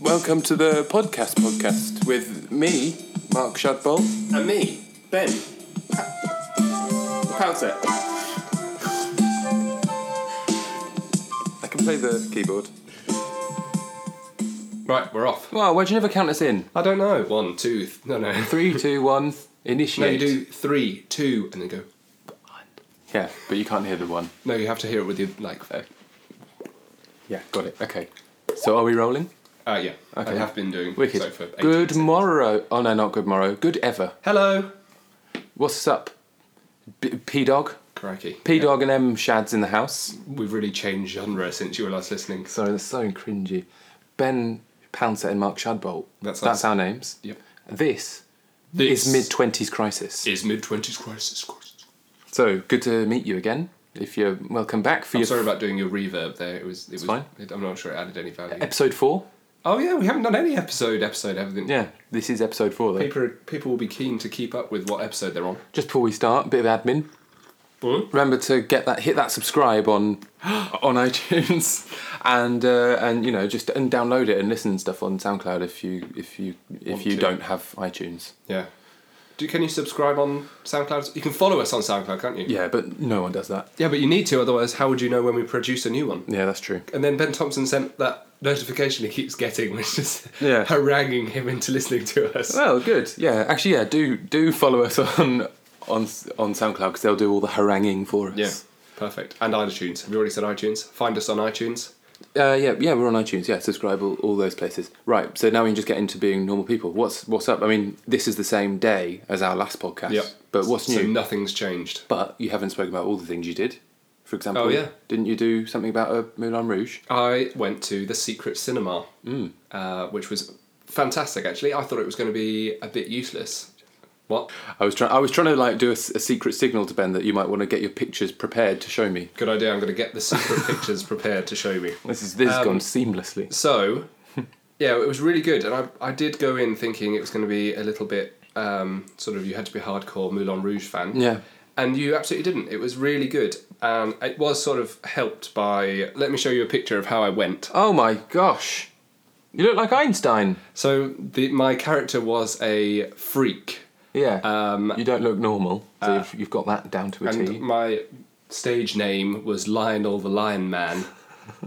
welcome to the podcast podcast with me, Mark Shadbolt. And me, Ben. Powter. I can play the keyboard. Right, we're off. Wow, why'd you never count us in? I don't know. One, two, th- no, no. Three, two, one, No, you initiate. do three, two, and then go. Yeah, but you can't hear the one. No, you have to hear it with your, like, Oh. uh, Yeah, got it. Okay. So are we rolling? uh, yeah. I Okay. have been doing Wicked. so for 18 good seconds. morrow. Oh no, not good morrow. Good ever. Hello. What's up? P dog. Crikey. P dog and M shads in the house. We've really changed genre since you were last listening. So, Sorry, that's so cringy. Ben Pouncer and Mark Shadbolt. That's us. our names. yep. This, This is mid twenties crisis. Is mid 20s crisis. crisis. So good to meet you again. If you're welcome back for I'm your sorry about doing your reverb there. It was. It was fine. It, I'm not sure it added any value. episode four. oh yeah, we haven't done any episode episode haven't we? Yeah, this is episode four though. People people will be keen to keep up with what episode they're on. Just before we start, bit of admin. Remember to get that hit that subscribe on on iTunes and uh, and you know just and download it and listen and stuff on SoundCloud if you if you if Want you to. don't have iTunes. Yeah. Do, can you subscribe on SoundCloud? You can follow us on SoundCloud, can't you? Yeah, but no one does that. Yeah, but you need to, otherwise, how would you know when we produce a new one? Yeah, that's true. And then Ben Thompson sent that notification he keeps getting, which is Yeah. haranguing him into listening to us. Well, good. Yeah, actually, yeah. Do do follow us on on on SoundCloud because they'll do all the haranguing for us. Yeah, perfect. And iTunes. Have you already said iTunes? Find us on iTunes. Uh, yeah, yeah, we're on iTunes. Yeah, subscribe all, all those places. Right, so now we can just get into being normal people. What's what's up? I mean, this is the same day as our last podcast. Yep. But what's new? So nothing's changed. but you haven't spoken about all the things you did. For example, Oh, yeah. didn't you do something about a Moulin Rouge? I went to the Secret Cinema, Mm. uh, which was fantastic. Actually, I thought it was going to be a bit useless. What? I was trying. I was trying to like do a, s- a secret signal to Ben that you might want to get your pictures prepared to show me. Good idea. I'm going to get the secret pictures prepared to show me. This is this Um, has gone seamlessly. So, yeah, it was really good, and I, I did go in thinking it was going to be a little bit um, sort of you had to be a hardcore Moulin Rouge fan. Yeah. And you absolutely didn't. It was really good, and it was sort of helped by. Let me show you a picture of how I went. Oh my gosh, you look like Einstein. So the, my character was a freak, Yeah. Um, uh, you don't look normal. So you've, you've got that down to a and T. my stage name was Lionel the Lion Man.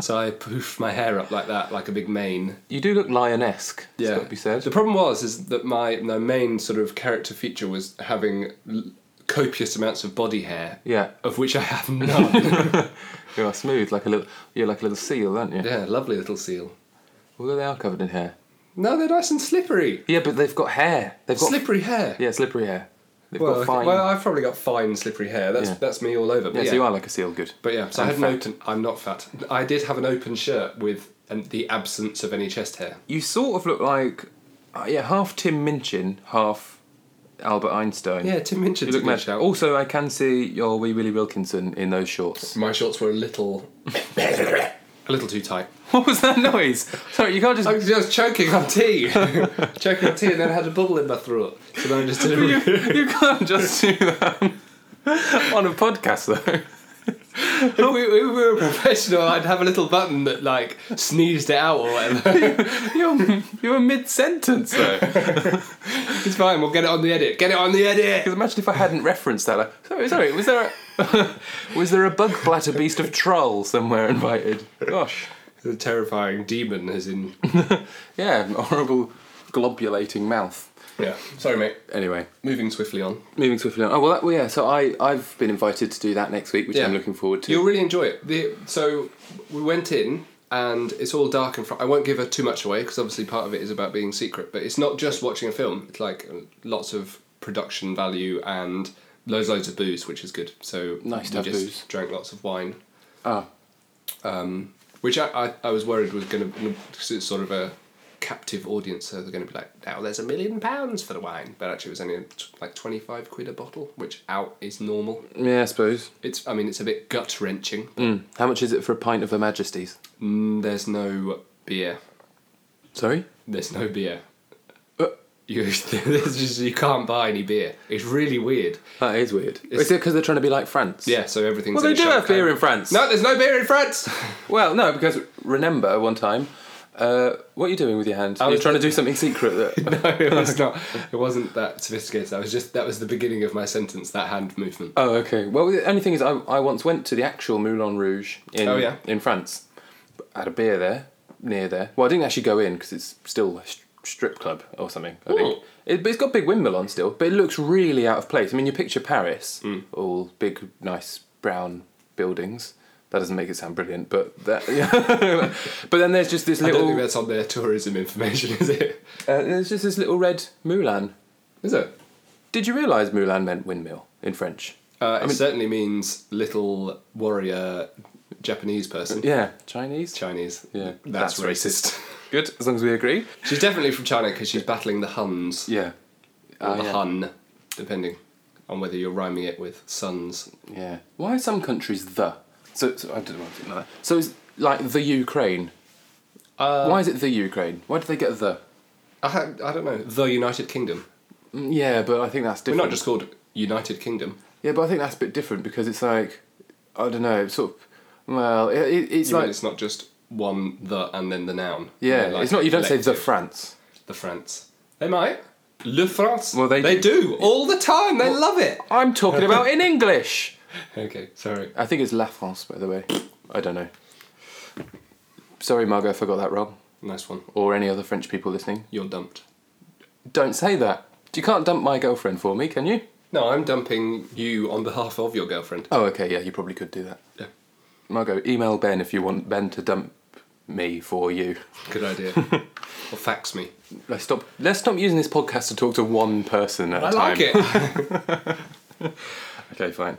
so I poofed my hair up like that, like a big mane. You do look lion-esque. Yeah. It's got to be said. The problem was is that my, my main sort of character feature was having l- copious amounts of body hair, Yeah, of which I have none. you are smooth like a little. You're like a little seal, aren't you? yeah, lovely little seal. Although they are covered in hair. No, they're nice and slippery. Yeah, but they've got hair. They've got slippery hair. yeah, slippery hair. They've well, got I- fine. well, I've probably got fine slippery hair. That's Yeah. that's me all over. But yeah, yeah, so you are like a seal. Good. But yeah, so I And had an fat. open. I'm not fat. I did have an open shirt with an, the absence of any chest hair. You sort of look like uh, yeah, half Tim Minchin, half Albert Einstein. Yeah, Tim Minchin's You look a good mad. shout. Also, I can see your wee Willie Wilkinson in those shorts. My shorts were a little, a little too tight. What was that noise? Sorry, you can't just. I was just choking on tea. choking on tea and then had a bubble in my throat. So then I just did a you can't just do that on a podcast though. if, we, if we were professional, I'd have a little button that like sneezed it out or whatever. You're you're mid sentence though. it's fine, we'll get it on the edit. Get it on the edit! Because imagine if I hadn't referenced that. Like, sorry, sorry. Was there a, was there a bug bladder beast of troll somewhere invited? Gosh, The terrifying demon is in. yeah, horrible globulating mouth. Yeah, sorry, mate. Anyway, Moving swiftly on. moving swiftly on. Oh well, that, well yeah. So I I've been invited to do that next week, which Yeah. I'm looking forward to. You'll really enjoy it. The, so we went in and it's all dark and fr- I won't give her too much away because obviously part of it is about being secret, but it's not just watching a film. It's like uh, lots of production value and loads loads of booze, which is good. So Nice to we have just booze. Drank lots of wine, Um, Ah, which I, I, I was worried was going to because it's sort of a captive audience, so they're going to be like, "Now there's a million pounds for the wine," but actually it was only t- like twenty five quid a bottle, which out is normal. yeah, I suppose. It's I mean it's a bit gut wrenching. Mm. How much is it for a pint of Her Majesty's? Mm, there's no beer. Sorry. There's no beer. Uh, You, there's just, you can't buy any beer. It's really weird. that is weird. It's- is it because they're trying to be like France? Yeah, so everything's. Well, they in a do shell have beer can. in France. No, there's no beer in France. Well, no, because remember one time Uh, what are you doing with your hand? I Are you was- trying to do something secret? That... no, it was not. It wasn't that sophisticated. That was just that was the beginning of my sentence. That hand movement. oh, okay. Well, the only thing is, I, I once went to the actual Moulin Rouge in Oh, yeah. in France. I had a beer there, near there. Well, I didn't actually go in because it's still a st- strip club or something. I think. Ooh. It, but it's got a big windmill on still, but it looks really out of place. I mean, you picture Paris, Mm. all big, nice brown buildings. That doesn't make it sound brilliant, but that. but then there's just this I don't little. think that's on their tourism information, is it? Uh, there's just this little red Moulin. Is it? Did you realise Moulin meant windmill in French? Uh, it certainly means little warrior Japanese person. Yeah, Chinese. Chinese. Yeah, That's, that's racist. Good, as long as we agree. she's definitely from China because she's battling the Huns. Yeah. Or Ah, the yeah. Hun, depending on whether you're rhyming it with sons. Yeah. Why are some countries the? So, so I don't know. Like that. So it's like the Ukraine. Uh, Why is it the Ukraine? Why did they get the? I, ha- I don't know. The United Kingdom. Mm, Yeah, but I think that's We're different. not just called United Kingdom. Yeah, but I think that's a bit different because it's like, I don't know, it's sort of. Well, it, it, it's You mean like it's not just one the and then the noun. yeah, They're like it's not. You don't say the collective. France. the France. They might. Le France. Well, they do. all the time. They love it. I'm talking about in English. Okay, sorry. I think it's La France, by the way. I don't know. Sorry, Margot, if I got that wrong, Nice one. or any other French people listening. You're dumped. Don't say that. You can't dump my girlfriend for me, can you? No, I'm dumping you on behalf of your girlfriend. Oh, okay, yeah, you probably could do that. Yeah. Margot, email Ben if you want Ben to dump me for you. Good idea. or fax me. Let's stop. Let's stop using this podcast to talk to one person at a time. it. Okay, fine.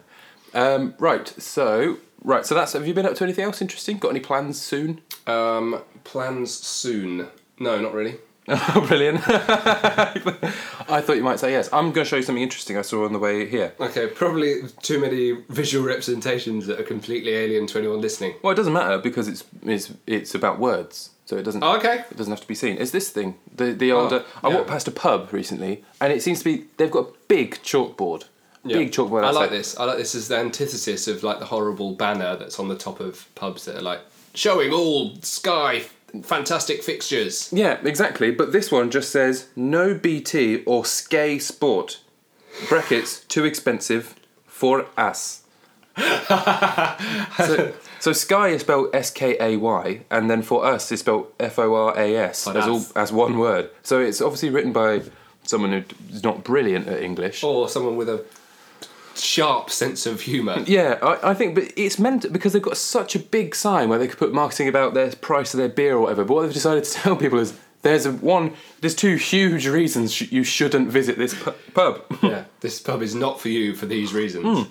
Um, right, so right, so that's. Have you been up to anything else interesting? Got any plans soon? um, plans soon. No, not really. Oh, brilliant! I thought you might say yes. I'm going to show you something interesting I saw on the way here. Okay, probably too many visual representations that are completely alien to anyone listening. Well, it doesn't matter because it's it's it's about words, so it doesn't. Oh, okay. It doesn't have to be seen. It's this thing. The the older. I Oh, yeah. walked past a pub recently, and it seems to be they've got a big chalkboard. Big chalkboard. I outside. like this. I like this as the antithesis of like the horrible banner that's on the top of pubs that are like showing all sky fantastic fixtures. Yeah, exactly. But this one just says no BT or Sky Sport. Brackets too expensive for us. so, so Sky is spelled S K A Y, and then for us is spelled F O R A S as all us. as one word. So it's obviously written by someone who's not brilliant at English. Or someone with a sharp sense of humour. Yeah, I, I think, but it's meant because they've got such a big sign where they could put marketing about their price of their beer or whatever. But what they've decided to tell people is there's a one, there's two huge reasons sh- you shouldn't visit this pu- pub. yeah, this pub is not for you for these reasons.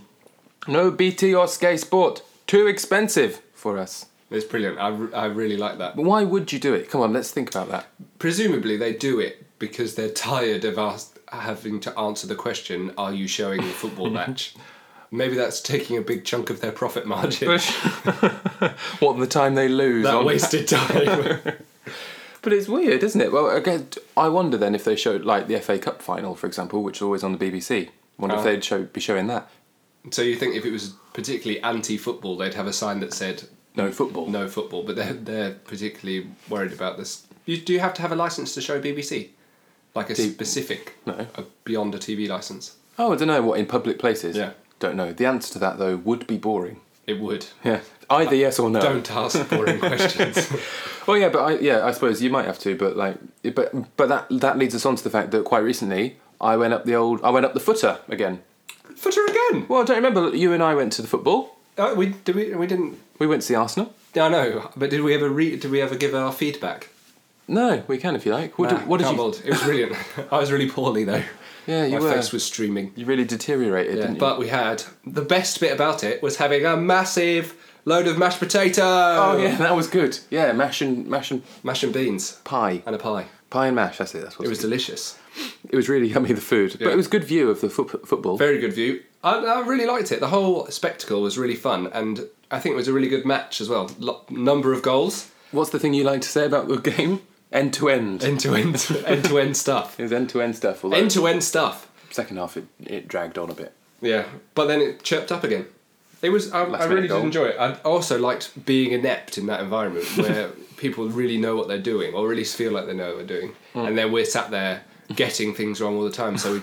no BT or Sky Sport, too expensive for us. It's brilliant. I, re- I really like that. But why would you do it? Come on, let's think about that. Presumably, they do it because they're tired of us having to answer the question, "Are you showing the football match?" Maybe that's taking a big chunk of their profit margin. what the time they lose that on wasted time. But it's weird, isn't it? Well, again, I wonder then if they showed like the FA Cup final, for example, which is always on the BBC. Wonder Oh. if they'd show, be showing that. so you think if it was particularly anti-football, they'd have a sign that said No football. "No football," but they're they're particularly worried about this. You do you have to have a license to show BBC, like a specific, No. a, beyond a TV license. Oh, I don't know what in public places. Yeah. Don't know. The answer to that though would be boring. It would. Yeah. Either yes or no. Don't ask boring questions. Well, yeah, but I, yeah, I suppose you might have to, but like, but but that that leads us on to the fact that quite recently I went up the old, I went up the footer again. Footer again. Well, I don't remember. You and I went to the football. Oh, we did we we didn't. We went to the Arsenal. I know, but did we ever re- did we ever give our feedback? No, we can if you like. What, Nah, did, what did can't you? bold. It was brilliant. I was really poorly though. Yeah, you My were. face was streaming. You really deteriorated, Yeah, didn't you? but we had the best bit about it was having a massive load of mashed potato. uh, oh yeah, that was good. Yeah, mash and mash and mash and beans pie, and a pie. pie and mash. That's it. That's what It was delicious. It was really yummy. The food, Yeah. but it was good view of the foot, football. Very good view. I, I really liked it. The whole spectacle was really fun, and I think it was a really good match as well. Lo- number of goals, What's the thing you like to say about the game? End to end. end to end, end to end stuff, It was end to end stuff. Although end to end stuff. second half it, it dragged on a bit. Yeah, but then it chirped up again. It was. I, Last I really minute did goal. enjoy it. I also liked being inept in that environment where people really know what they're doing, or at least feel like they know what they're doing, Hmm. and then we're sat there getting things wrong all the time. So we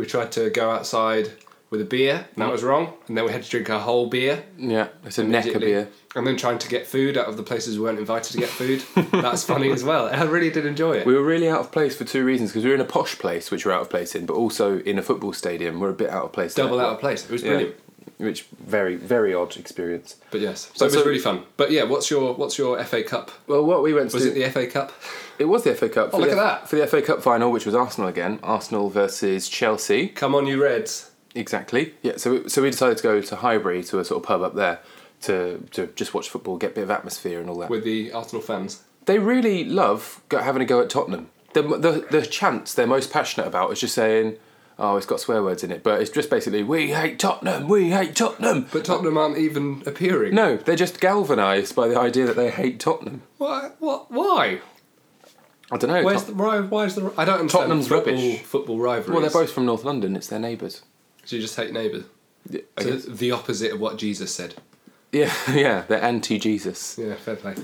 we tried to go outside with a beer, and that was wrong, and then we had to drink our whole beer. Yeah, it's a Hmm. neck of immediately. beer. And then trying to get food out of the places we weren't invited to get food. That's funny as well. I really did enjoy it. We were really out of place for two reasons because we were in a posh place, which we're out of place in, but also in a football stadium. We're a bit out of place. Double there. out of place. It was Yeah. brilliant. Which very very odd experience. But yes, so it But was so- really fun. But yeah, what's your what's your FA Cup? Well, what we went to Oh, Was it the FA Cup? It was the FA Cup. for look the, at that. For the FA Cup final, which was Arsenal again, Arsenal versus Chelsea. Come on, you Reds. Exactly. Yeah. So so we decided to go to Highbury to a sort of pub up there to to just watch football, get a bit of atmosphere and all that. with the Arsenal fans. they really love go, having a go at Tottenham. The, the the chants they're most passionate about is just saying. Oh, it's got swear words in it, but it's just basically we hate Tottenham, we hate Tottenham. But Tottenham aren't even appearing. No, they're just galvanised by the idea that they hate Tottenham. Why? What? Why? I don't know. Where's the why? Why is the? I don't understand. Tottenham's football, rubbish. Football rivalries. well, they're both from North London. It's their neighbours. So you just hate neighbours. Yeah, I So guess. the opposite of what Jesus said. yeah, yeah, they're anti-Jesus. Yeah, fair play.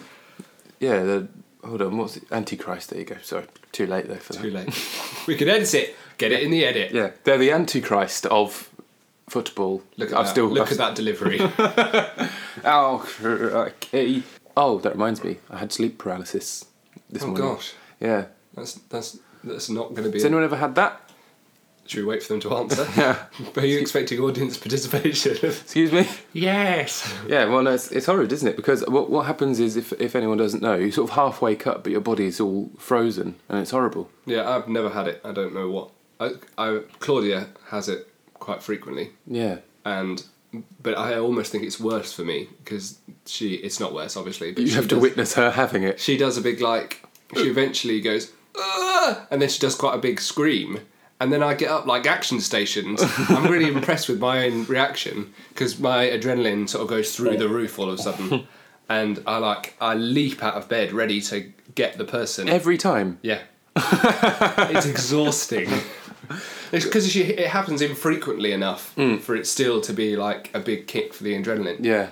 Yeah, the hold on, what's it? Antichrist? There you go. Sorry, too late though for that. Too late. we could edit it. Get it in the edit. Yeah, they're the Antichrist of football. Look at that. Look at that delivery. Oh, crikey. Oh, that reminds me, I had sleep paralysis this oh morning. gosh, Yeah. that's that's that's not going to be. Has anyone ever had that? Should we wait for them to answer? yeah. But are you expecting audience participation? Excuse me. yes. Yeah, well, no, it's, it's horrid, isn't it? Because what what happens is, if if anyone doesn't know, you sort of half wake up, but your body's all frozen, and it's horrible. Yeah, I've never had it. I don't know what. I, I Claudia has it quite frequently. Yeah. and but I almost think it's worse for me because she it's not worse obviously but You she have to Uh. does, witness her having it. she does a big like she eventually goes "Ah!" and then she does quite a big scream and then I get up like action stations I'm really impressed with my own reaction because my adrenaline sort of goes through the roof all of a sudden and I like I leap out of bed ready to get the person Every time. yeah. it's exhausting. It's because it happens infrequently enough for it still to be like a big kick for the adrenaline. Mm. Yeah.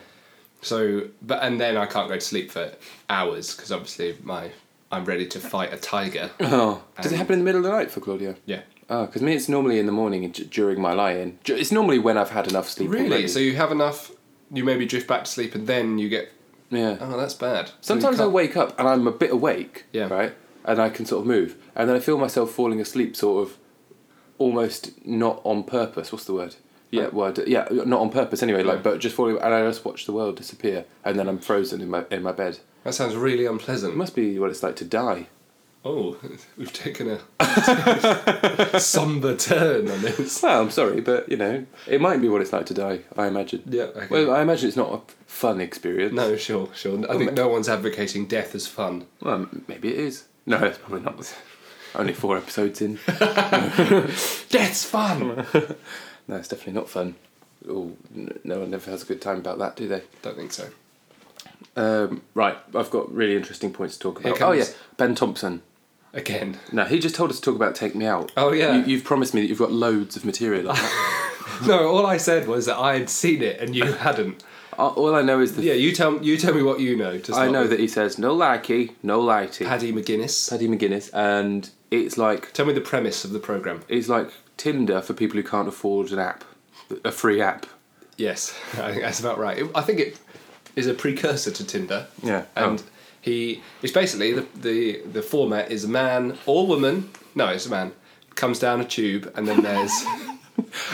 So, but and then I can't go to sleep for hours because obviously my I'm ready to fight a tiger. Oh. Does it And- happen in the middle of the night for Claudia? yeah. Oh, because me, it's normally in the morning d- during my lie-in. Ju- It's normally when I've had enough sleep. Really? already. So you have enough. You maybe drift back to sleep and then you get. yeah. Oh, that's bad. So you Sometimes I can't- wake up and I'm a bit awake, Yeah. right? And I can sort of move. And then I feel myself falling asleep sort of almost not on purpose. What's the word? Yeah, word. Yeah, not on purpose anyway, like, but just falling. And I just watch the world disappear. And then I'm frozen in my, in my bed. That sounds really It unpleasant. must be what it's like to die. Oh, we've taken a somber turn on this. Well, I'm sorry, but you know, it might be what it's like to die, I imagine. Yeah, okay. Well, I imagine it's not a fun experience. No, sure, sure. I think no one's advocating death as fun. Well, m- maybe it is. No, it's probably not. Only four episodes in. Death's fun. No, it's definitely not fun. Oh, n- no one ever has a good time about that, do they? Don't think so. Um, right, I've got really interesting points to talk Here about. Oh yeah, comes- Ben Thompson. Again. No, he just told us to talk about "Take Me Out." Oh, yeah. you, you've promised me that you've got loads of material. on that. No, all I said was that I had seen it and you hadn't. Uh, All I know is that Yeah, you tell you tell me what you know. To I start know with. that he says "No likey, no lighty." Paddy McGuinness. Paddy McGuinness, and it's like Tell me the premise of the program. it's like Tinder for people who can't afford an app, a free app. Yes, I think that's about right. It- I think it is a precursor to Tinder. Yeah. and Oh. he it's basically the, the the format is a man or woman. No, it's a man comes down a tube and then there's.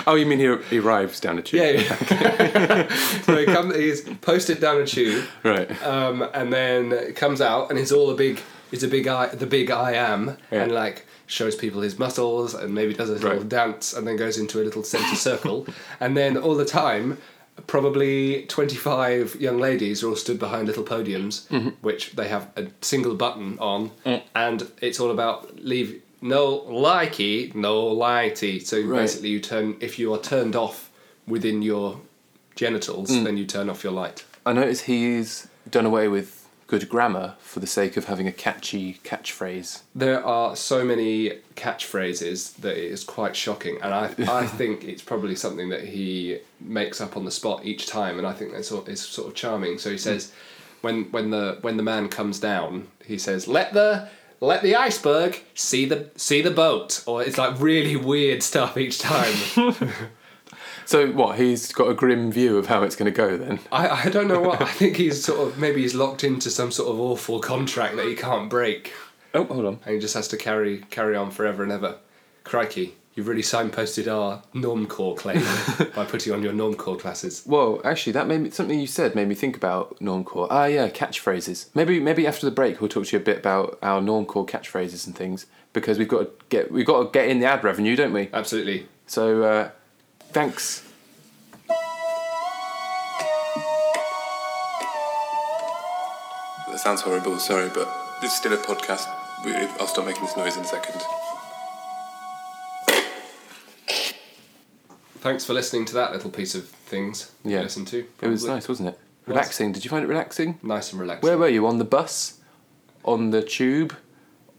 Oh, you mean he, he arrives down a tube? Yeah. so he comes, he's posted down a tube, Right. um, and then it comes out, and it's all a big, it's a big I, the big I am, Yeah. and like shows people his muscles, and maybe does a little Right. dance, and then goes into a little centre circle, and then all the time. Probably 25 young ladies are all stood behind little podiums, Mm-hmm. which they have a single button on, Mm. and it's all about leave no likey, no lighty. So Right. basically, you turn if you are turned off Mm. within your genitals, then you turn off your light. I notice he's done away with good grammar for the sake of having a catchy catchphrase. There are so many catchphrases that it is quite shocking, and I, I think it's probably something that he makes up on the spot each time, and I think that's sort is sort of charming. So he says, when when the when the man comes down, he says, "Let the let the iceberg see the see the boat," or it's like really weird stuff each time. So what? He's got a grim view of how it's going to go then. I I don't know what I think he's sort of maybe he's locked into some sort of awful contract that he can't break. Oh, hold on. and he just has to carry carry on forever and ever. Crikey, you've really signposted our normcore claim by putting on your normcore classes. Whoa, actually, that made me, something you said made me think about normcore. Ah, yeah, catchphrases. Maybe maybe after the break we'll talk to you a bit about our normcore catchphrases and things because we've got to get we've got to get in the ad revenue, don't we? Absolutely. So uh, thanks. That sounds horrible. Sorry, but this is still a podcast. I'll stop making this noise in a second. Thanks for listening to that little piece of things. to Yeah. Listen to. It was probably. nice, wasn't it? Relaxing. Did you find it relaxing? Nice and relaxing. Where were you? On the bus? On the tube?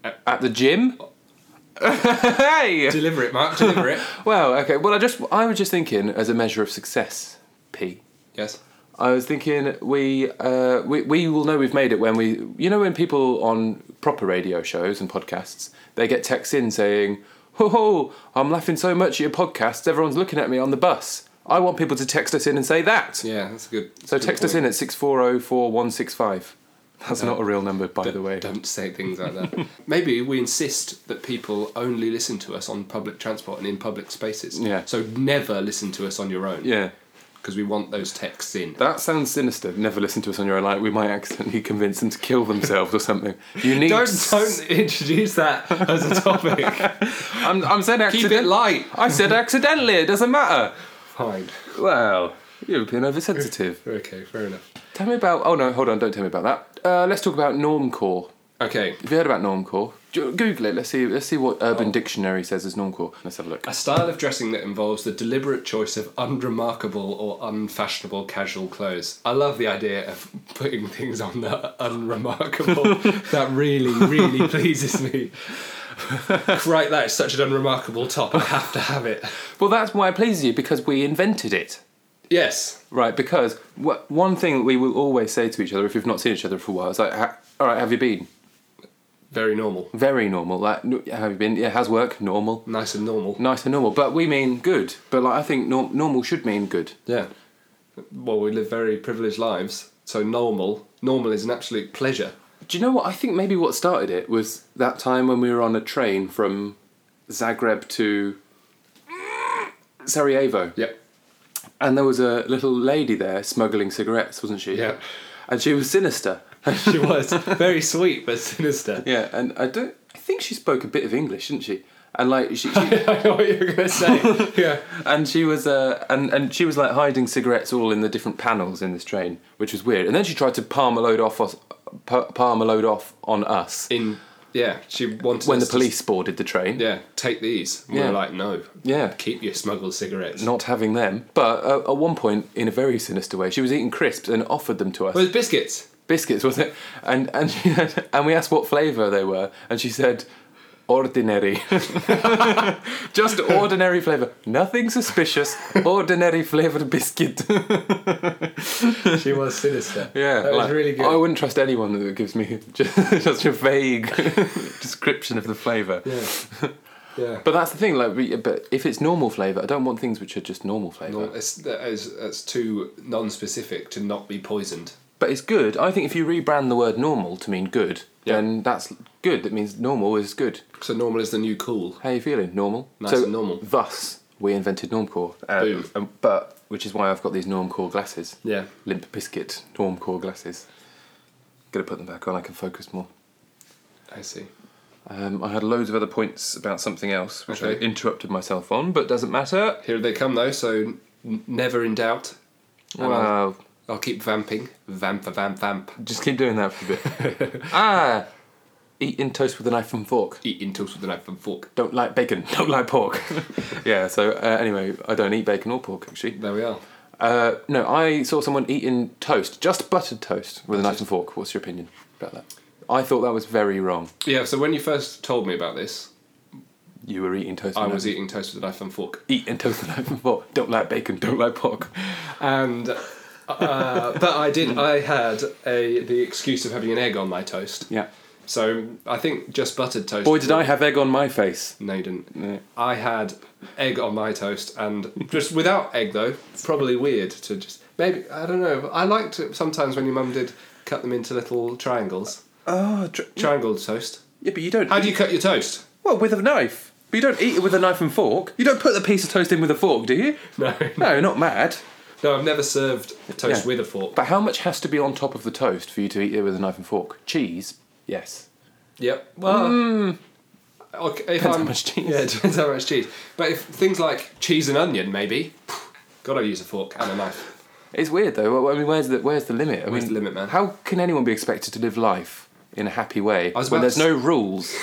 At the gym? Uh, hey! Deliver it, Mark. Deliver it. Well, okay. Well, I just I was just thinking as a measure of success, P. Yes. I was thinking we uh, we we will know we've made it when we you know when people on proper radio shows and podcasts they get texts in saying, "Ho ho, I'm laughing so much at your podcasts, everyone's looking at me on the bus." I want people to text us in and say that. Yeah, that's good. so text us in at six four zero four one six five. That's not a real number, by the way. Don't say things like that. Maybe we insist that people only listen to us on public transport and in public spaces. Yeah. So never listen to us on your own. Yeah. Because we want those texts in. That sounds sinister. Never listen to us on your own. Like we might accidentally convince them to kill themselves or something. You need. Don't don't introduce that as a topic. I'm, I'm saying Keep it accidentally. light. I said accidentally. It doesn't matter. Fine. Well, you're being oversensitive. Okay, fair enough. Tell me about. Oh no, hold on. Don't tell me about that. Uh, let's talk about normcore. Okay. Have you heard about normcore? Ju- Google it. Let's see. Let's see what Urban Dictionary says is normcore. Let's have a look. A style of dressing that involves the deliberate choice of unremarkable or unfashionable casual clothes. I love the idea of putting things on that are unremarkable. that really, really pleases me. right, that is such an unremarkable top. I have to have it. Well, that's why it pleases you because we invented it. Yes. Right, because wh- one thing that we will always say to each other if we've not seen each other for a while is like, ha- all right, have you been? Very normal. Very normal. Like, n- have you been? Yeah, how's work? Normal. Nice and normal. Nice and normal. But we mean good. But like, I think norm- normal should mean good. Yeah. Well, we live very privileged lives, so normal. Normal is an absolute pleasure. Do you know what? I think maybe what started it was that time when we were on a train from Zagreb to Sarajevo. Yep. And there was a little lady there smuggling cigarettes, wasn't she? Yeah. And she was sinister. she was very sweet but sinister. yeah, and I don't. I think she spoke a bit of English, didn't she? And like she, she I know what you were gonna say. yeah, and she was uh, and and she was like hiding cigarettes all in the different panels in this train, which was weird. And then she tried to palm a load off us, pa- palm a load off on us in yeah, she wanted when us the police boarded the train. To, yeah, take these. We Yeah. were like, no. Yeah. keep your smuggled cigarettes. Not having them, but uh, at one point, in a very sinister way, she was eating crisps and offered them to us. Well, it's biscuits. Biscuits, was it? And and she had, and we asked what flavour they were, and she said, ordinary, just ordinary flavour, nothing suspicious, ordinary flavoured biscuit. She was sinister. Yeah, that was like, really good. I wouldn't trust anyone that gives me just, such a vague description of the flavour. yeah, yeah. But that's the thing, like, we- but if it's normal flavour, I don't want things which are just normal flavour. Well, it's, that is- that's too non-specific to not be poisoned. But it's good. I think if you rebrand the word normal to mean good, Yeah. then that's good. That means normal is good. So normal is the new cool. How are you feeling? Normal? Nice and normal. Thus, we invented Normcore. Uh, Boom. um, but, which is why I've got these Normcore glasses. Yeah. Limp Biscuit Normcore glasses. Gonna put them back on, I can focus more. I see. Um, I had loads of other points about something else, which I Okay. interrupted myself on, but doesn't matter. Here they come though. So n- never in doubt. And I'll, Wow. I'll keep vamping. Vamp, vamp, vamp. Uh, Just keep doing that for a bit. ah! Eating toast with a knife and fork. Eating toast with a knife and fork. don't like bacon, don't like pork. yeah, so uh, anyway, I don't eat bacon or pork actually. There we are. Uh, no, I saw someone eating toast, just buttered toast, with a knife and fork. What's your opinion about that? I thought that was very wrong. Yeah, so when you first told me about this, You were eating toast. I with a was knife. eating toast with a knife and fork. eating toast with a knife and fork. Don't like bacon. Don't like pork. And uh, but I did I had a the excuse of having an egg on my toast. Yeah. So I think just buttered toast. Boy, did I have egg on my face. No, you didn't. No. I had egg on my toast, and just without egg though, probably weird to just maybe I don't know. I liked it sometimes when your mum did cut them into little triangles. Oh, tr- Triangle toast. yeah, but you don't. How do you cut your toast? Well, with a knife. But you don't eat it with a knife and fork. You don't put the piece of toast in with a fork, do you? No, No, not mad. no, I've never served toast Yeah. with a fork. But how much has to be on top of the toast for you to eat it with a knife and fork? Cheese? Yes. Yep. Well, okay, if Mm. Depends how I'm, much cheese. Yeah, depends how much cheese. But if things like cheese and onion, maybe, gotta use a fork and a knife. It's weird though. I mean, where's the where's the limit? I Where's mean, the limit, man? How can anyone be expected to live life in a happy way was when about there's to no rules?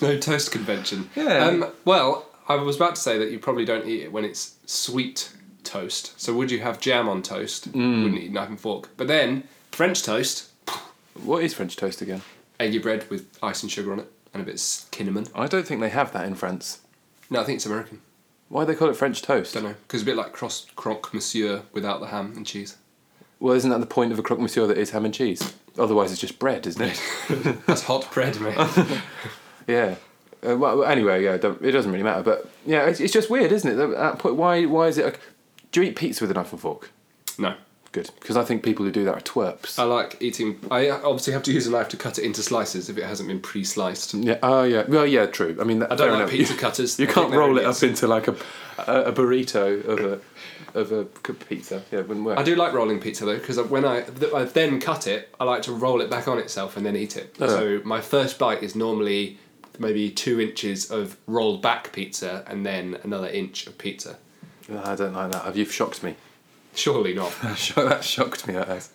no toast convention. Yeah. Um, well, I was about to say that you probably don't eat it when it's sweet toast. So would you have jam on toast? Wouldn't eat knife and fork. But then French toast, What is French toast again? eggy bread with ice and sugar on it and a bit of cinnamon. I don't think they have that in France. No, I think it's American. Why do they call it French toast? Don't know because it's a bit like cross croque monsieur without the ham and cheese. Well, isn't that the point of a croque monsieur that is ham and cheese? Otherwise, it's just bread, isn't it? That's hot bread, mate. yeah. Uh, well, anyway, yeah, don't, it doesn't really matter. But yeah, it's, it's just weird, isn't it? At that point, why why is it? Like, do you eat pizza with a knife and fork? no. Good, because I think people who do that are twerps. I like eating. I obviously have to use a knife to cut it into slices if it hasn't been pre-sliced. yeah. Oh, yeah. Well, yeah. True. I mean, that, I don't fair like enough. pizza cutters. You I can't think they're roll it idiots. up into like a, a, a burrito of a of a c- pizza. Yeah, it wouldn't work. I do like rolling pizza though, because when I, th- I then cut it, I like to roll it back on itself and then eat it. Oh. So my first bite is normally maybe two inches of rolled back pizza and then another inch of pizza. No, I don't like that. Have- You've shocked me. Surely not. that shocked me. That has.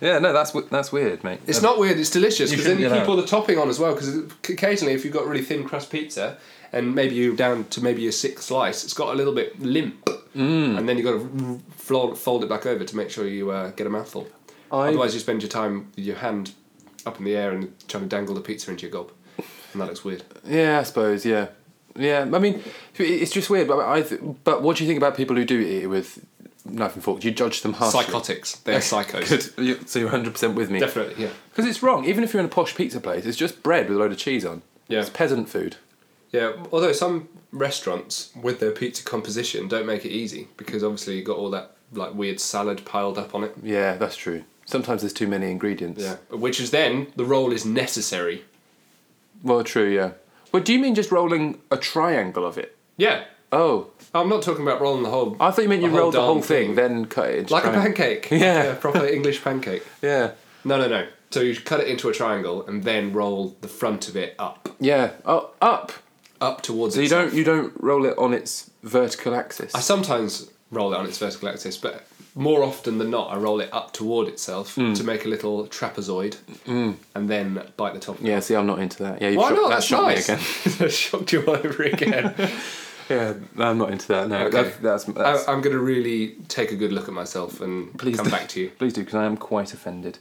Yeah, no, that's w- that's weird, mate. It's not weird. It's delicious Um, You because then shouldn't you be keep allowed. all the topping on as well. Because occasionally, if you've got really thin crust pizza and maybe you're down to maybe your sixth slice, it's got a little bit limp, Mm. and then you've got to fold, fold it back over to make sure you uh, get a mouthful. I- Otherwise, you spend your time with your hand up in the air and trying to dangle the pizza into your gob, and that looks weird. Yeah, I suppose. Yeah, yeah. I mean, it- it's just weird. But I. Th- but what do you think about people who do eat it with knife and fork? Do you judge them harshly? Psychotics. They're psychos. Good. You- So you're 100 percent with me. Definitely. Yeah. Because it's wrong. Even if you're in a posh pizza place, it's just bread with a load of cheese on. Yeah. It's peasant food. Yeah, although some restaurants with their pizza composition don't make it easy because obviously you've got all that like weird salad piled up on it. Yeah, that's true. Sometimes there's too many ingredients. Yeah. Uh, Which is then the roll is necessary. Well, true. Yeah. Well, do you mean just rolling a triangle of it? Yeah. Oh, I'm not talking about rolling the whole I thought you meant you The whole rolled the whole darn thing, thing. then cut it into like a triangle. pancake. Yeah. Like a proper English pancake. Yeah. No, no, no. So you cut it into a triangle and then roll the front of it up, Yeah. Oh, up. up towards. So you itself. don't you don't roll it on its vertical axis. I sometimes roll it on its vertical axis, but more often than not, I roll it up toward itself Mm. to make a little trapezoid, and then bite the top. Yeah, see, I'm not into that. Yeah, you've Why shot- not? That That's shot nice. me again. That shocked you all over again. Yeah, no, I'm not into that. No, Okay. that's, that's, that's- I, I'm going to really take a good look at myf and please come do. back to you. Please do, because I am quite offended.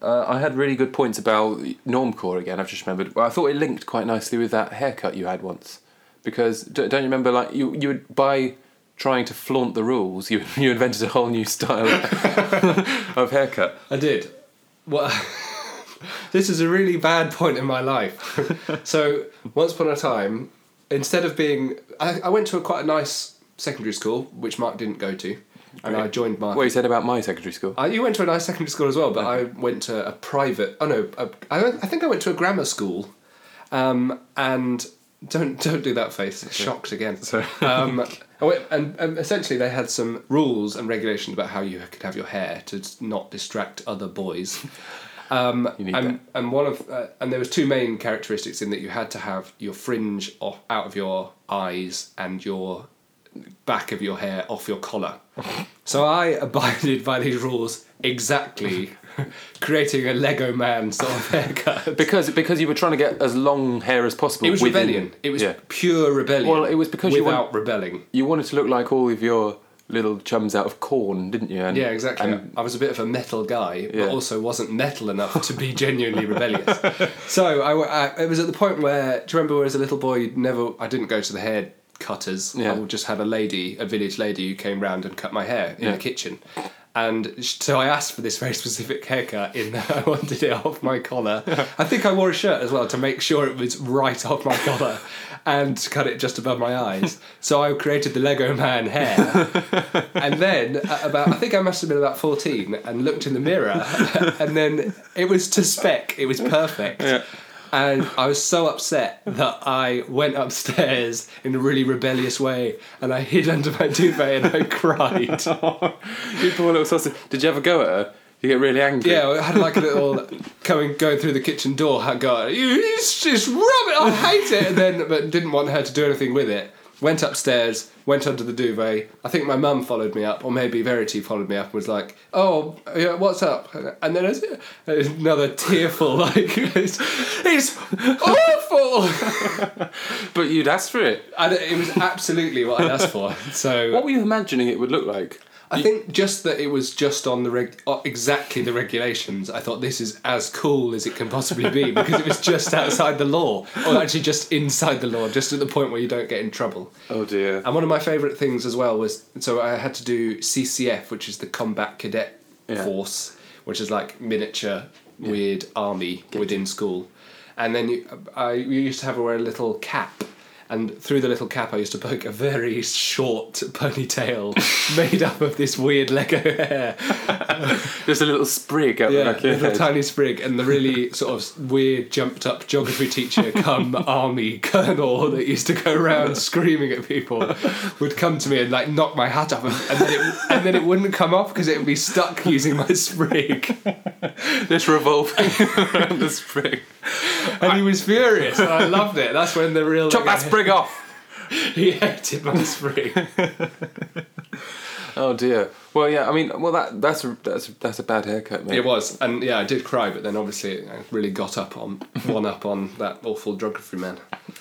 Uh, I had really good points about normcore again. I've just remembered. Well, I thought it linked quite nicely with that haircut you had once, because d- don't you remember? Like you, you would by trying to flaunt the rules, you you invented a whole new style of haircut. I did. Well, this is a really bad point in my life. so once upon a time, instead of being, I, I went to a quite a nice secondary school, which Mark didn't go to, and I Great. joined Mark. What you said about my secondary school. I, Uh, you went to a nice secondary school as well, but I went to a private. Oh no, a, I, went- I think I went to a grammar school, um, and don't don't do that face. Shocked again. Sorry. um, I went, and, and essentially they had some rules and regulations about how you could have your hair to not distract other boys. Um, You need and, that. and one of uh, and there was two main characteristics in that you had to have your fringe off, out of your eyes and your back of your hair off your collar. so I abided by these rules exactly, creating a Lego man sort of haircut. Because because you were trying to get as long hair as possible. It was within- rebellion. It was yeah. pure rebellion. Well, it was because you without rebelling. You wanted to look like all of your little chums out of corn, didn't you? And, Yeah, exactly. and- I was a bit of a metal guy, Yeah. but also wasn't metal enough to be genuinely rebellious. So I, w- I- it was at the point where do you remember when as a little boy, you'd never I didn't go to the hair cutters. Yeah. I just had a lady, a village lady, who came round and cut my hair in Yeah. the kitchen. And sh- so I asked for this very specific haircut in that I wanted it off my collar. I think I wore a shirt as well to make sure it was right off my collar and to cut it just above my eyes. So I created the Lego man hair and then at about I think I must have been about fourteen, and looked in the mirror, and then it was to spec. It was perfect. And I was so upset that I went upstairs in a really rebellious way, and I hid under my duvet and I cried. you poor little sausage. Did you ever go at her? You get really angry. Yeah, I had like a little coming going through the kitchen door. I go, you, you just rub it. I hate it. And then, but didn't want her to do anything with it. Went upstairs, went under the duvet. I think my mum followed me up, or maybe Verity followed me up and was like, "Oh, yeah, what's up?" And then it's- another tearful, like, "It's, it's awful." But you'd ask for it. And it was absolutely what I asked for. So What were you imagining it would look like? I think just that it was just on the reg- uh, exactly the regulations. I thought this is as cool as it can possibly be because it was just outside the law, or actually just inside the law, just at the point where you don't get in trouble. Oh dear. And one of my favourite things as well was so I had to do CCF, which is the Combat Cadet Yeah. Force, which is like miniature weird army within school. And then you, I you used to have her wear a little cap. And through the little cap, I used to poke a very short ponytail made up of this weird Lego hair. There's a little sprig up the Yeah, back of your little head. tiny sprig, and the really sort of weird jumped up geography teacher come army colonel that used to go around screaming at people would come to me and like knock my hat off, and, and then it and then it wouldn't come off because it would be stuck using my sprig, Just revolving around the sprig. and he was furious. And I loved it. That's when the real Chop that sprig off. he hated my sprig. Oh dear. Well, yeah. I mean, well, that that's a, that's a, that's a bad haircut, mate. It was, and yeah, I did cry, but then obviously I really got up on one up on that awful geography man.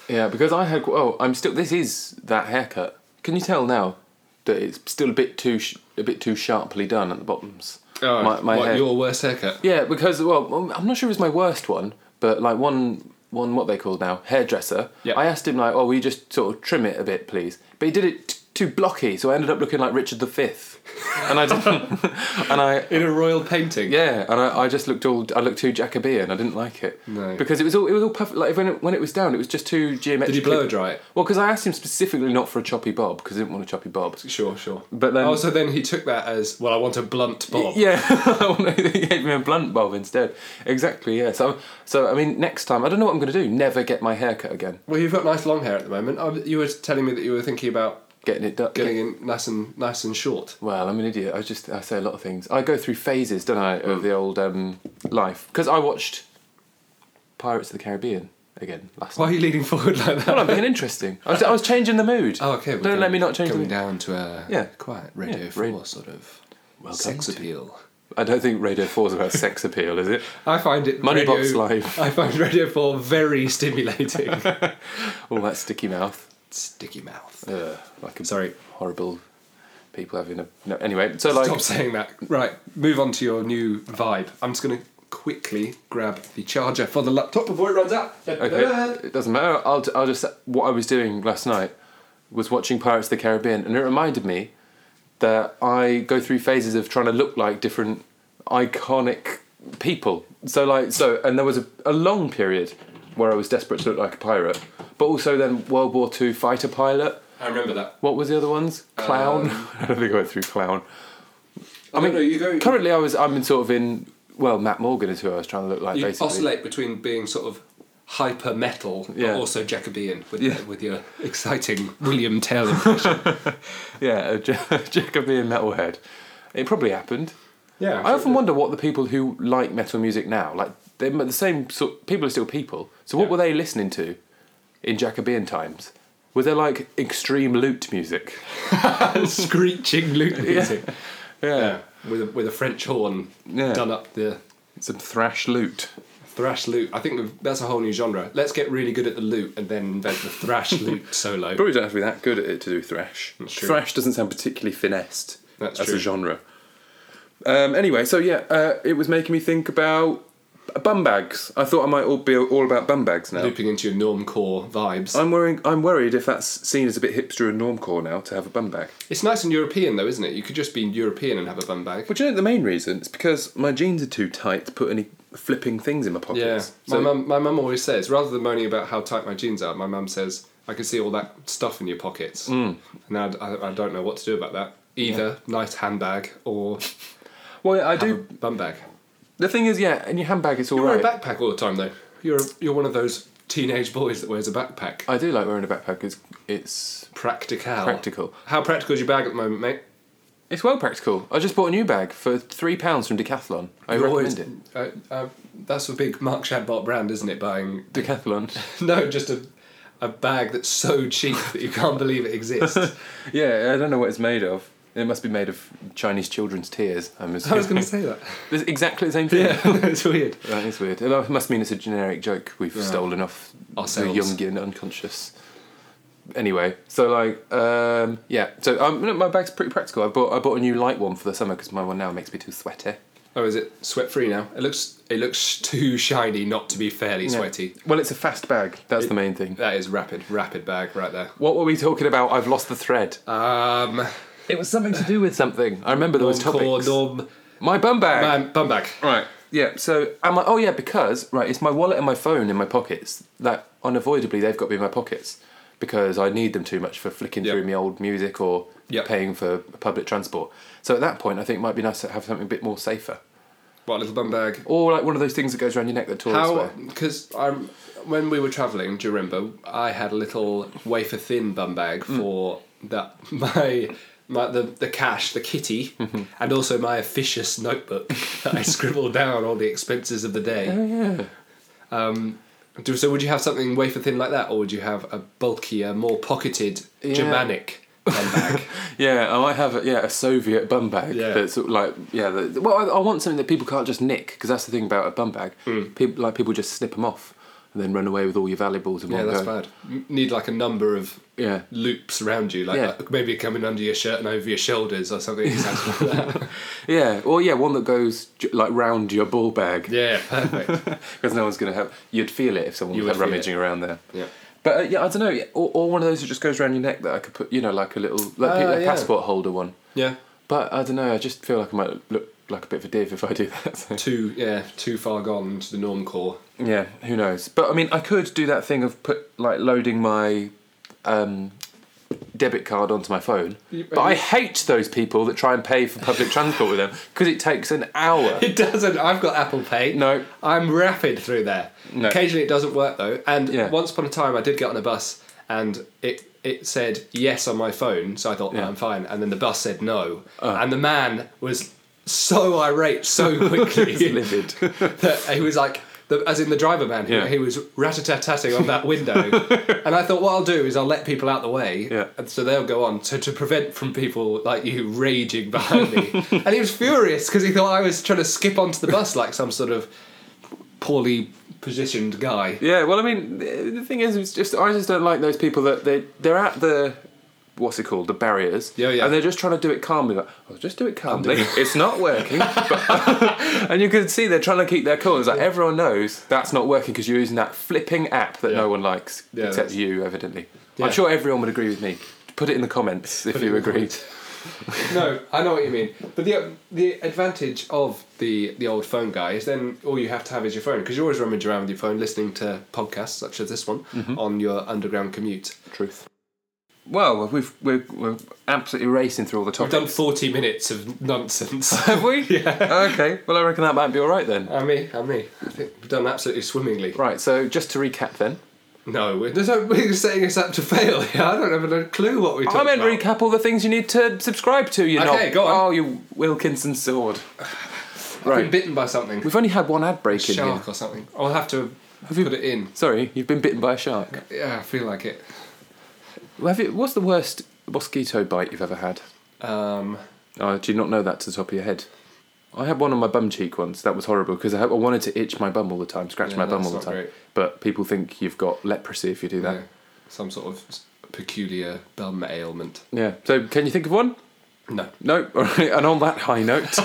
Yeah, because I had. Oh, I'm still. This is that haircut. Can you tell now that it's still a bit too sh- a bit too sharply done at the bottoms? Oh, my, my what, hair. your worst haircut? Yeah, because well, um, I'm not sure it was my worst one, but like one one what they call now hairdresser. Yep. I asked him like, oh, will you just sort of trim it a bit, please? But he did it t- too blocky, so I ended up looking like Richard V. And I didn't. and I In a royal painting. yeah, and I, I just looked all I looked too Jacobean. I didn't like it No. because it was all it was all perfect. Like when it, when it was down, it was just too Did geometric. you blow dry it? Well, because I asked him specifically not for a choppy bob because I didn't want a choppy bob. Sure, sure. But then- also then he took that as well. I want a blunt bob. Yeah, I want to- he gave me a blunt bob instead. Exactly. Yeah. So so I mean, next time I don't know what I'm going to do. Never get my haircut again. Well, you've got nice long hair at the moment. Oh, you were telling me that you were thinking about Getting it done. getting it nice and nice and short. Well, I'm an idiot. I just I say a lot of things. I go through phases, don't I, of the old um, life? Because I watched Pirates of the Caribbean again last Why night. are you leaning forward like that? Well, I'm being interesting. I was, I was changing the mood. Oh, okay. we're Don't going- let me not change the Going mood. down to a Yeah. quiet Radio Yeah, Four ra- sort of Welcome sex to- appeal. I don't think Radio 4 is about sex appeal, is it? I find it Moneybox Radio- Live. I find Radio Four very stimulating. All that sticky mouth. Sticky mouth. Ugh, like a Sorry. horrible people having a. No, anyway, so like. Stop saying that. Right, move on to your new vibe. I'm just going to quickly grab the charger for the laptop before it runs out. Okay, it doesn't matter. I'll, I'll just. What I was doing last night was watching Pirates of the Caribbean, and it reminded me that I go through phases of trying to look like different iconic people. So, like, so, and there was a, a long period where I was desperate to look like a pirate, but also then World War II fighter pilot. I remember that. What was the other ones? Um, Clown. I don't think I went through clown. I, don't mean, know, you go- currently I was. I'm in sort of in. Well, Matt Morgan is who I was trying to look like. You basically, oscillate between being sort of hyper metal, Yeah. but also Jacobean with, Yeah. with your exciting William Tell impression. yeah, a Ja- Jacobean metalhead. It probably happened. yeah, I often wonder what the people who like metal music now, like they're the same sort. People are still people. So what Yeah. were they listening to in Jacobean times? Was there like extreme lute music? wonder screeching lute music. Yeah, With a, with a French horn Yeah. done up the some thrash lute. thrash loop. I think we've- that's a whole new genre. Let's get really good at the loop and then invent the thrash loop solo. Probably don't have to be that good at it to do thrash. true. Thrash doesn't sound particularly finessed That's as true. a genre. Um, anyway, so yeah, uh, it was making me think about bum bags. I thought I might all be all about bum bags now. Looping into your normcore vibes. I'm worrying. I'm worried if that's seen as a bit hipster and normcore now to have a bum bag. It's nice and European though, isn't it? You could just be European and have a bum bag. But do you know the main reason? It's because my jeans are too tight to put any flipping things in my Yeah, pockets. my mum. My mum always says, rather than moaning about how tight my jeans are, my mum says, "I can see all that stuff in your pockets," Mm. and I'd, I, I don't know what to do about that. Either nice handbag or Well, I have a do. bum bag. The thing is, yeah, in your handbag it's all You wear right. a backpack all the time though. You're a, you're one of those teenage boys that wears a backpack. I do like wearing a backpack. It's it's Practical. Practical. How practical is your bag at the moment, mate? it's well practical. I just bought a new bag for three pounds from Decathlon. I You're recommend it. Uh, uh, that's a big Mark Shadbot brand, isn't it? Buying Decathlon. no, just a a bag that's so cheap that you can't believe it exists. yeah, I don't know what it's made of. It must be made of Chinese children's tears. I'm I assuming. was going to say that. It's exactly the same thing. it's weird. That is weird. It must mean it's a generic joke we've stolen off Ourselves. the Jungian unconscious. Anyway, so like, um, yeah, so um, no, my bag's pretty practical. I bought I bought a new light one for the summer because my one now makes me too sweaty. Oh, is it sweat free now? It looks it looks too shiny not to be fairly sweaty. Well, it's a fast bag. That's the main thing. That is rapid, rapid bag right there. What were we talking about? I've lost the thread. Um, It was something to do with something. I remember there was core topics. norm, My bum bag. um, bum bag. Right. Yeah. So am I? Oh yeah, because right, it's my wallet and my phone in my pockets. That unavoidably they've got to be in my pockets because I need them too much for flicking Yep. through my old music or Yep. paying for public transport. So at that point, I think it might be nice to have something a bit more safer, What little bum bag? or like one of those things that goes around your neck that tourists How? wear. Because I'm when we were traveling. Do you remember? I had a little wafer thin bum bag for that my. My, the, the cash, the kitty, and also my officious notebook that I scribbled down all the expenses of the day. Oh yeah. Do- So would you have something wafer thin like that, or would you have a bulkier, more pocketed Yeah. Germanic handbag? Yeah, I might have a, yeah a Soviet bum bag Yeah. that's sort of like yeah. That, well, I, I want something that people can't just nick because that's the thing about a bum bag. Hmm. People like people just snip them off and then run away with all your valuables in yeah, one that's go. bad. M- Need like a number of Yeah, loops around you, like Yeah. like, maybe coming under your shirt and over your shoulders or something. exactly like that. Yeah, or yeah, one that goes j- like round your ball bag because Yeah, perfect. no one's gonna have. You'd feel it if someone You was would feel rummaging around there. Yeah. But uh, yeah, I don't know, or, or one of those that just goes around your neck that I could put, you know, like a little like Ah, a yeah. passport holder one. Yeah. But I don't know. I just feel like I might look like a bit of a div if I do that. So. Too yeah, too far gone to the norm core. Yeah, who knows? But I mean, I could do that thing of put like loading my um, debit card onto my phone. You- But I hate those people that try and pay for public transport with them because it takes an hour. It doesn't. I've got Apple Pay. No. I'm rapid through there. No. Occasionally it doesn't work though. And Yeah. once upon a time I did get on a bus and it it said yes on my phone, so I thought "Oh, Yeah. Oh. I'm fine. And then the bus said no, and the man was so irate so quickly He's livid. that he was like. The, as in the driver man, who Yeah. he was rat a tat tatting on that window, and I thought, what I'll do is I'll let people out the way, Yeah. and so they'll go on. So to prevent from people like you raging behind me, and he was furious because he thought I was trying to skip onto the bus like some sort of poorly positioned guy. Yeah, well, I mean, the the thing is, it's just I just don't like those people that they they're at the what's it called the barriers. Yeah, yeah. And they're just trying to do it calmly. Like, oh, just do it calmly. it's not working. But, and you can see they're trying to keep their cool. It's like everyone knows that's not working because you're using that flipping app that Yeah. no one likes Yeah, except that's- you, evidently. Yeah. I'm sure everyone would agree with me. Put it in the comments if you agreed. No, I know what you mean. But the the advantage of the the old phone guy is then all you have to have is your phone because you're always rummaging around with your phone, listening to podcasts such as this one Mm-hmm. on your underground commute. Truth. Well, we've we're, we're absolutely racing through all the We've topics. done forty minutes of nonsense. Have we? Yeah. Okay. Well, I reckon that might be all right then. I mean, I mean, I think we've done absolutely swimmingly. Right. So just to recap then. No, we're, there's no, we're setting us up to fail. here. I don't have a clue what we talked I meant about. recap all the things you need to subscribe to. You know. Okay, go on. Oh, you Wilkinson sword. I've been Right. bitten by something, We've only had one ad break in here. shark or something. I'll have to Have you- put it in. Sorry, you've been bitten by a shark. Yeah, I feel like it. Have you, what's the worst mosquito bite you've ever had? Uh, Um, Oh, do you not know that to the top of your head? I had one on my bum cheek once. That was horrible because I, had- I wanted to itch my bum all the time, scratch Yeah, my bum that's all the not time. great. But people think you've got leprosy if you do Yeah. that. Some sort of s- peculiar bum ailment. Yeah. So can you think of one? No. No. All right. And on that high note,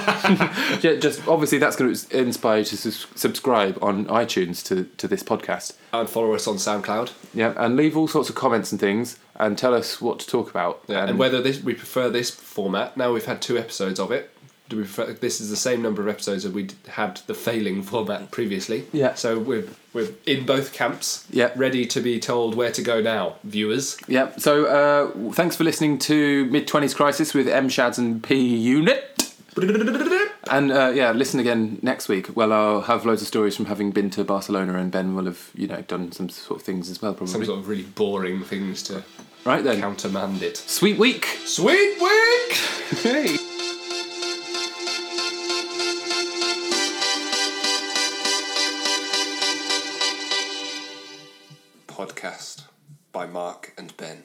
yeah, just obviously that's going to inspire you to sus- subscribe on iTunes to to this podcast. And follow us on SoundCloud. Yeah, and leave all sorts of comments and things, and tell us what to talk about. Yeah, and, And- whether this we prefer this format. Now we've had two episodes of it. Do we prefer, this is the same number of episodes that we d- had the failing format previously. Yeah. So we're we're in both camps. Yeah. Ready to be told where to go now, viewers. Yeah, so uh, thanks for listening to Mid 20s Crisis with M Shads and P Unit. And uh, yeah, listen again next week. Well, I'll have loads of stories from having been to Barcelona, and Ben will have, you know, done some sort of things as well, probably. Some sort of really boring things to right then. countermand it. Sweet week! Sweet week. Hey! Podcast by Mark and Ben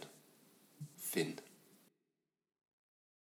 Finn.